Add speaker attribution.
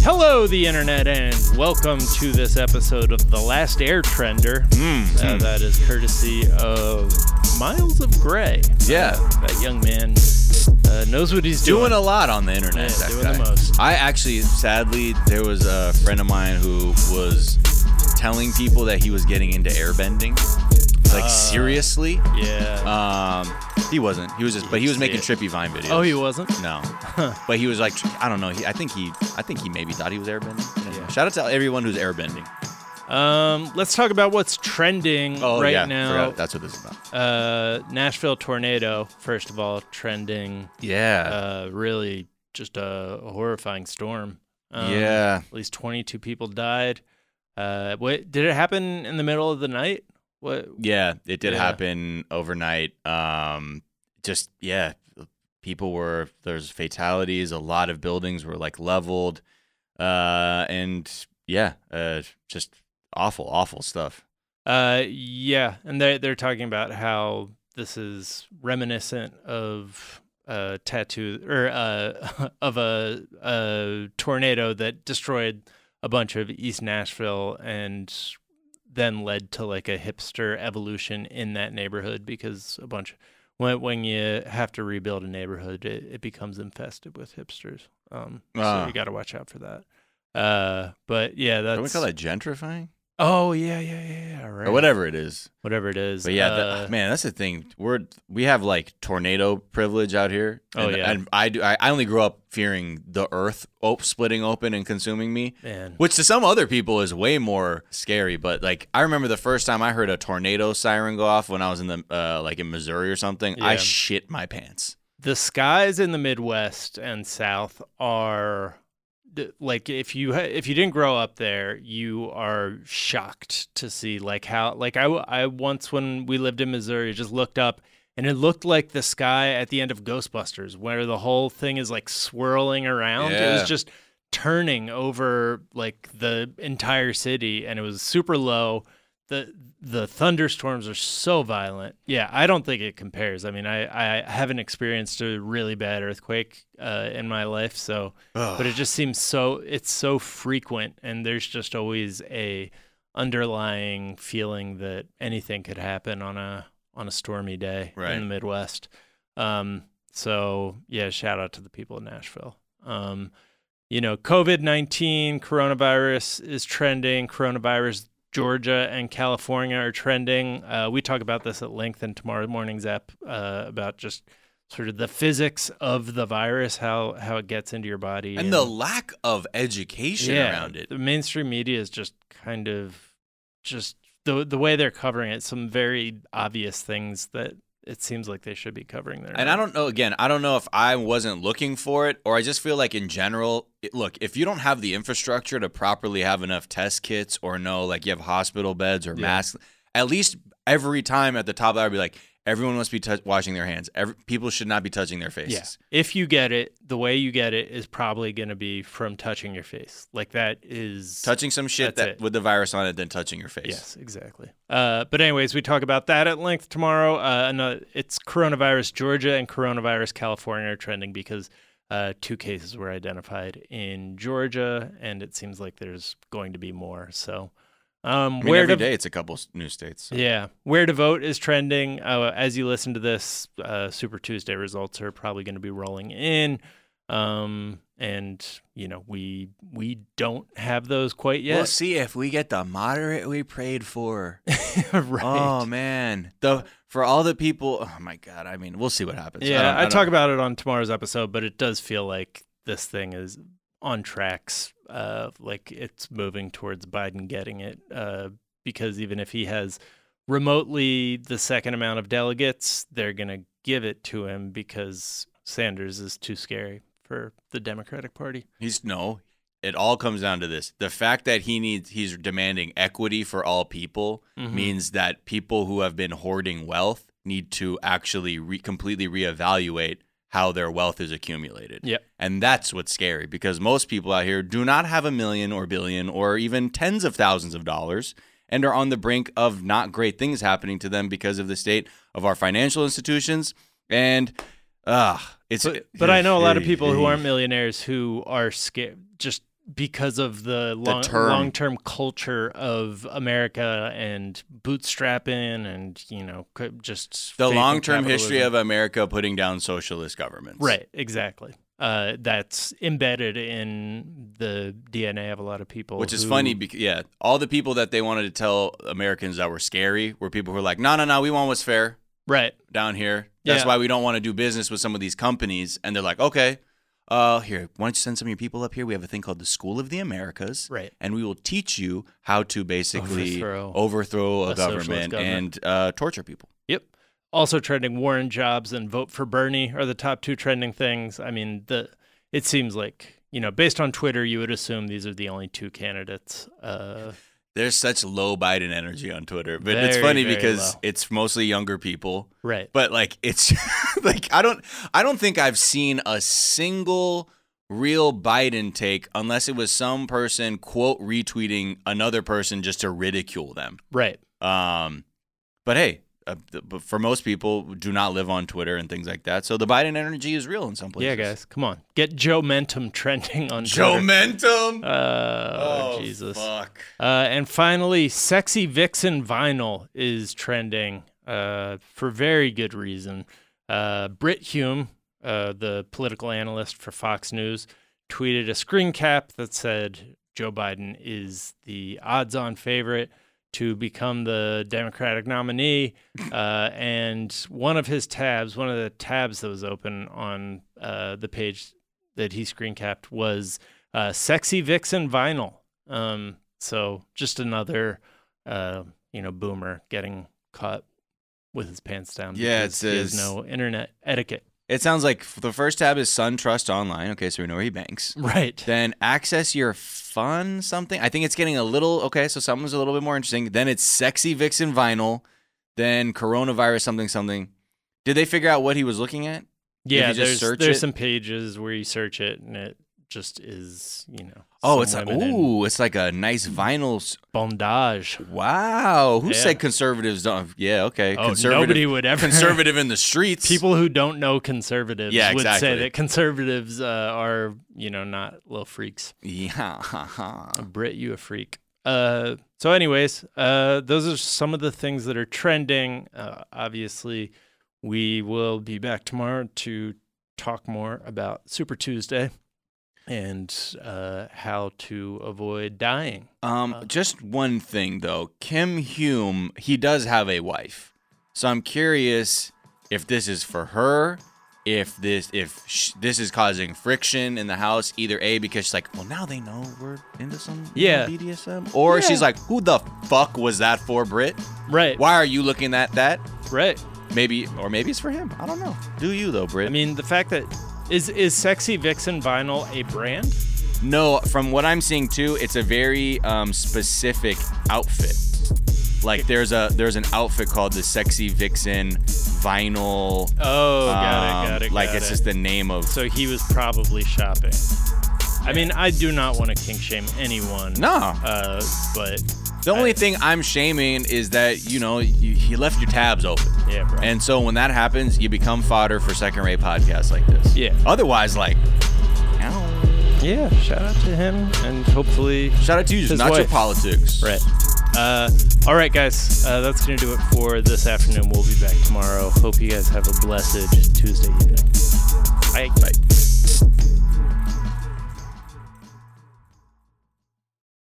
Speaker 1: Hello, the internet, and welcome to this episode of The Last Air Trender.
Speaker 2: Hmm.
Speaker 1: Uh, that is courtesy of Miles of Gray.
Speaker 2: Yeah.
Speaker 1: Uh, that young man uh, knows what he's doing.
Speaker 2: Doing a lot on the internet.
Speaker 1: Yeah,
Speaker 2: that
Speaker 1: doing
Speaker 2: guy.
Speaker 1: the most.
Speaker 2: I actually, sadly, there was a friend of mine who was telling people that he was getting into airbending. Like
Speaker 1: Uh,
Speaker 2: seriously,
Speaker 1: yeah.
Speaker 2: um, he wasn't. He was just, but he was making
Speaker 1: Yeah.
Speaker 2: trippy Vine videos.
Speaker 1: oh, he wasn't?
Speaker 2: No, but he was like, I don't know. He, I think he, I think he maybe thought he was airbending.
Speaker 1: Yeah.
Speaker 2: Shout out to everyone who's airbending.
Speaker 1: Um, let's talk about what's trending
Speaker 2: Oh
Speaker 1: right
Speaker 2: yeah,
Speaker 1: now.
Speaker 2: forgot. that's what this is about.
Speaker 1: Uh, Nashville tornado, first of all, trending.
Speaker 2: Yeah,
Speaker 1: Uh, really just a horrifying storm. Um,
Speaker 2: yeah.
Speaker 1: At least 22 people died. Uh, what did it happen in the middle of the night? What?
Speaker 2: Yeah, it did
Speaker 1: Yeah.
Speaker 2: happen overnight. Um, just yeah, people were there's fatalities. A lot of buildings were like leveled, uh, and yeah, uh, just awful, awful stuff.
Speaker 1: Uh, yeah, and they they're talking about how this is reminiscent of a tattoo or uh of a a tornado that destroyed a bunch of East Nashville and then led to like a hipster evolution in that neighborhood because a bunch when when you have to rebuild a neighborhood it, it becomes infested with hipsters um so
Speaker 2: Ah.
Speaker 1: you got to watch out for that uh but yeah that's
Speaker 2: Don't we call that gentrifying
Speaker 1: oh yeah yeah yeah, yeah right
Speaker 2: or whatever it is?
Speaker 1: whatever it is.
Speaker 2: But yeah, the-
Speaker 1: uh,
Speaker 2: man, that's the thing. We're we have like tornado privilege out here.
Speaker 1: Oh,
Speaker 2: and,
Speaker 1: yeah.
Speaker 2: and I do. I, I only grew up fearing the earth op- splitting open and consuming me.
Speaker 1: man.
Speaker 2: Which to some other people is way more scary, but like I remember the first time I heard a tornado siren go off when I was in the uh, like in Missouri or something, I
Speaker 1: Yeah.
Speaker 2: shit my pants.
Speaker 1: the skies in the Midwest and South are th- like if you ha- if you didn't grow up there, you are shocked to see like how like I w- I once when we lived in Missouri just looked up and it looked like the sky at the end of Ghostbusters where the whole thing is like swirling around. It
Speaker 2: Yeah.
Speaker 1: was just turning over like the entire city and it was super low. the the thunderstorms are so violent. Yeah, I don't think it compares. I mean, I, I haven't experienced a really bad earthquake uh, in my life, so but it just seems so it's so frequent, and there's just always a underlying feeling that anything could happen on a on a stormy day
Speaker 2: Right.
Speaker 1: in the Midwest. Um, so yeah, shout out to the people in Nashville. Um, you know, COVID 19, coronavirus is trending, coronavirus, Georgia and California are trending. Uh, we talk about this at length in tomorrow morning's app uh, about just sort of the physics of the virus, how, how it gets into your body.
Speaker 2: and the lack of education around it.
Speaker 1: The mainstream media is just kind of just the, the way they're covering it, some very obvious things that it seems like they should be covering there.
Speaker 2: And I don't know. Again, I don't know if I wasn't looking for it, or I just feel like in general, it, look, if you don't have the infrastructure to properly have enough test kits, or know like you have hospital beds or
Speaker 1: Yeah.
Speaker 2: masks, at least every time at the top, I would be like, everyone must be tou- washing their hands. Every, people should not be touching their faces.
Speaker 1: Yeah. If you get it, the way you get it is probably going to be from touching your face. Like that is
Speaker 2: touching some shit
Speaker 1: That's
Speaker 2: that
Speaker 1: it.
Speaker 2: with the virus on it than touching your face.
Speaker 1: Yes, exactly. Uh, but anyways, we talk about that at length tomorrow. Uh, another, it's coronavirus Georgia and coronavirus California are trending because uh, two cases were identified in Georgia, and it seems like there's going to be more. So, um,
Speaker 2: I mean,
Speaker 1: where
Speaker 2: every
Speaker 1: to
Speaker 2: day it's a couple s- new states. so.
Speaker 1: yeah, where to vote is trending. Uh, as you listen to this, uh, Super Tuesday results are probably going to be rolling in, um, and you know we we don't have those quite
Speaker 2: We'll
Speaker 1: yet.
Speaker 2: see if we get the moderate we prayed for.
Speaker 1: right.
Speaker 2: Oh man, the for all the people. Oh my god. I mean, we'll see what happens.
Speaker 1: yeah,
Speaker 2: don't-
Speaker 1: I,
Speaker 2: don't-
Speaker 1: talk about it on tomorrow's episode, but it does feel like this thing is on tracks. Uh, like it's moving towards Biden getting it. Uh, because even if he has remotely the second amount of delegates, they're gonna give it to him because Sanders is too scary for the Democratic Party.
Speaker 2: He's no. It all comes down to this: the fact that he needs, he's demanding equity for all people,
Speaker 1: Mhm.
Speaker 2: means that people who have been hoarding wealth need to actually re- completely reevaluate how their wealth is accumulated.
Speaker 1: Yep.
Speaker 2: and that's what's scary because most people out here do not have a million or billion or even tens of thousands of dollars and are on the brink of not great things happening to them because of the state of our financial institutions and. Ah, it's
Speaker 1: But, but I know a lot of people who aren't millionaires who are scared, just because of the long
Speaker 2: term.
Speaker 1: long-term culture of America and bootstrapping and you know co- just
Speaker 2: The
Speaker 1: faith in
Speaker 2: long term history
Speaker 1: capitalism.
Speaker 2: of America putting down socialist governments.
Speaker 1: Right, exactly. Uh, that's embedded in the DNA of a lot of people.
Speaker 2: Which is
Speaker 1: who-
Speaker 2: funny because, yeah, all the people that they wanted to tell Americans that were scary were people who were like, no, no, no, we want what's fair
Speaker 1: Right.
Speaker 2: down here. That's
Speaker 1: Yeah.
Speaker 2: why we don't want to do business with some of these companies. And they're like, okay, uh, here, why don't you send some of your people up here? We have a thing called the School of the Americas.
Speaker 1: Right.
Speaker 2: And we will teach you how to basically
Speaker 1: Overthrow
Speaker 2: overthrow, a,
Speaker 1: a socialist
Speaker 2: government,
Speaker 1: government.
Speaker 2: and uh, torture people.
Speaker 1: Yep. Also trending Warren Jobs and vote for Bernie are the top two trending things. I mean, the it seems like, you know, based on Twitter, you would assume these are the only two candidates. Uh,
Speaker 2: There's such low Biden energy on Twitter, but it's
Speaker 1: Very,
Speaker 2: funny
Speaker 1: very
Speaker 2: because
Speaker 1: low.
Speaker 2: it's mostly younger people.
Speaker 1: right.
Speaker 2: but like it's like I don't I don't think I've seen a single real Biden take unless it was some person quote retweeting another person just to ridicule them.
Speaker 1: Right.
Speaker 2: Um, but hey, uh, th- but for most people do not live on Twitter and things like that, so the Biden energy is real in some places.
Speaker 1: Yeah, guys, come on. Get Joe Mentum trending on
Speaker 2: Joe
Speaker 1: Twitter.
Speaker 2: Mentum.
Speaker 1: Uh,
Speaker 2: oh
Speaker 1: Jesus.
Speaker 2: Fuck.
Speaker 1: Uh, and finally, Sexy Vixen Vinyl is trending uh, for very good reason. Uh, Britt Hume, uh, the political analyst for Fox News, tweeted a screen cap that said Joe Biden is the odds on favorite to become the Democratic nominee. Uh, and one of his tabs, one of the tabs that was open on uh, the page that he screen capped was uh, Sexy Vixen Vinyl. Um, so just another, uh, you know, boomer getting caught with his pants down.
Speaker 2: Yeah, it
Speaker 1: because he has
Speaker 2: says-
Speaker 1: no internet etiquette.
Speaker 2: It sounds like f- the first tab is SunTrust Online. Okay, so we know where he banks.
Speaker 1: Right.
Speaker 2: Then access your fun something. I think it's getting a little okay. So something's a little bit more interesting. Then it's sexy vixen vinyl. Then coronavirus something something. Did they figure out what he was looking at?
Speaker 1: yeah,
Speaker 2: you just
Speaker 1: there's
Speaker 2: search
Speaker 1: there's
Speaker 2: it-
Speaker 1: some pages where you search it and it just is, you know.
Speaker 2: Oh,
Speaker 1: some
Speaker 2: it's like
Speaker 1: women in
Speaker 2: ooh, it's like a nice vinyl. s-
Speaker 1: bondage.
Speaker 2: Wow, who
Speaker 1: Yeah.
Speaker 2: said conservatives don't? Yeah, okay,
Speaker 1: Oh, nobody would ever.
Speaker 2: conservative in the streets.
Speaker 1: People who don't know conservatives
Speaker 2: Yeah,
Speaker 1: would
Speaker 2: exactly.
Speaker 1: say that conservatives uh, are, you know, not little freaks.
Speaker 2: yeah.
Speaker 1: Brit, you a freak. Uh, so, anyways, uh, those are some of the things that are trending. Uh, obviously, we will be back tomorrow to talk more about Super Tuesday and uh, how to avoid dying. Uh-huh.
Speaker 2: Um, just one thing though, Kim Hume, he does have a wife, so I'm curious if this is for her, if this if sh- this is causing friction in the house, either a because she's like, well now they know we're into some you know,
Speaker 1: Yeah.
Speaker 2: BDSM, or she's like, who the fuck was that for, Brit?
Speaker 1: Right.
Speaker 2: Why are you looking at that?
Speaker 1: Right.
Speaker 2: Maybe or maybe it's for him. I don't know. Do you though, Brit?
Speaker 1: I mean, the fact that is is Sexy Vixen Vinyl a brand?
Speaker 2: No, from what I'm seeing too, it's a very um, specific outfit. Like there's a there's an outfit called the Sexy Vixen Vinyl.
Speaker 1: Oh, got
Speaker 2: um,
Speaker 1: it, got it.
Speaker 2: Like
Speaker 1: got
Speaker 2: it's
Speaker 1: it.
Speaker 2: just the name of.
Speaker 1: so he was probably shopping. I mean, I do not want to kink shame anyone.
Speaker 2: no,
Speaker 1: Uh, but
Speaker 2: the only
Speaker 1: I-
Speaker 2: thing I'm shaming is that you know you, you left your tabs open.
Speaker 1: yeah, bro.
Speaker 2: And so when that happens, you become fodder for second rate podcasts like this.
Speaker 1: Yeah.
Speaker 2: Otherwise, like, ow.
Speaker 1: yeah, shout out to him, and hopefully,
Speaker 2: shout out to you, just
Speaker 1: His
Speaker 2: not your
Speaker 1: wife.
Speaker 2: politics.
Speaker 1: right. Uh, all right, guys, uh, that's gonna do it for this afternoon. We'll be back tomorrow. Hope you guys have a blessed Tuesday evening. Bye.
Speaker 2: Right.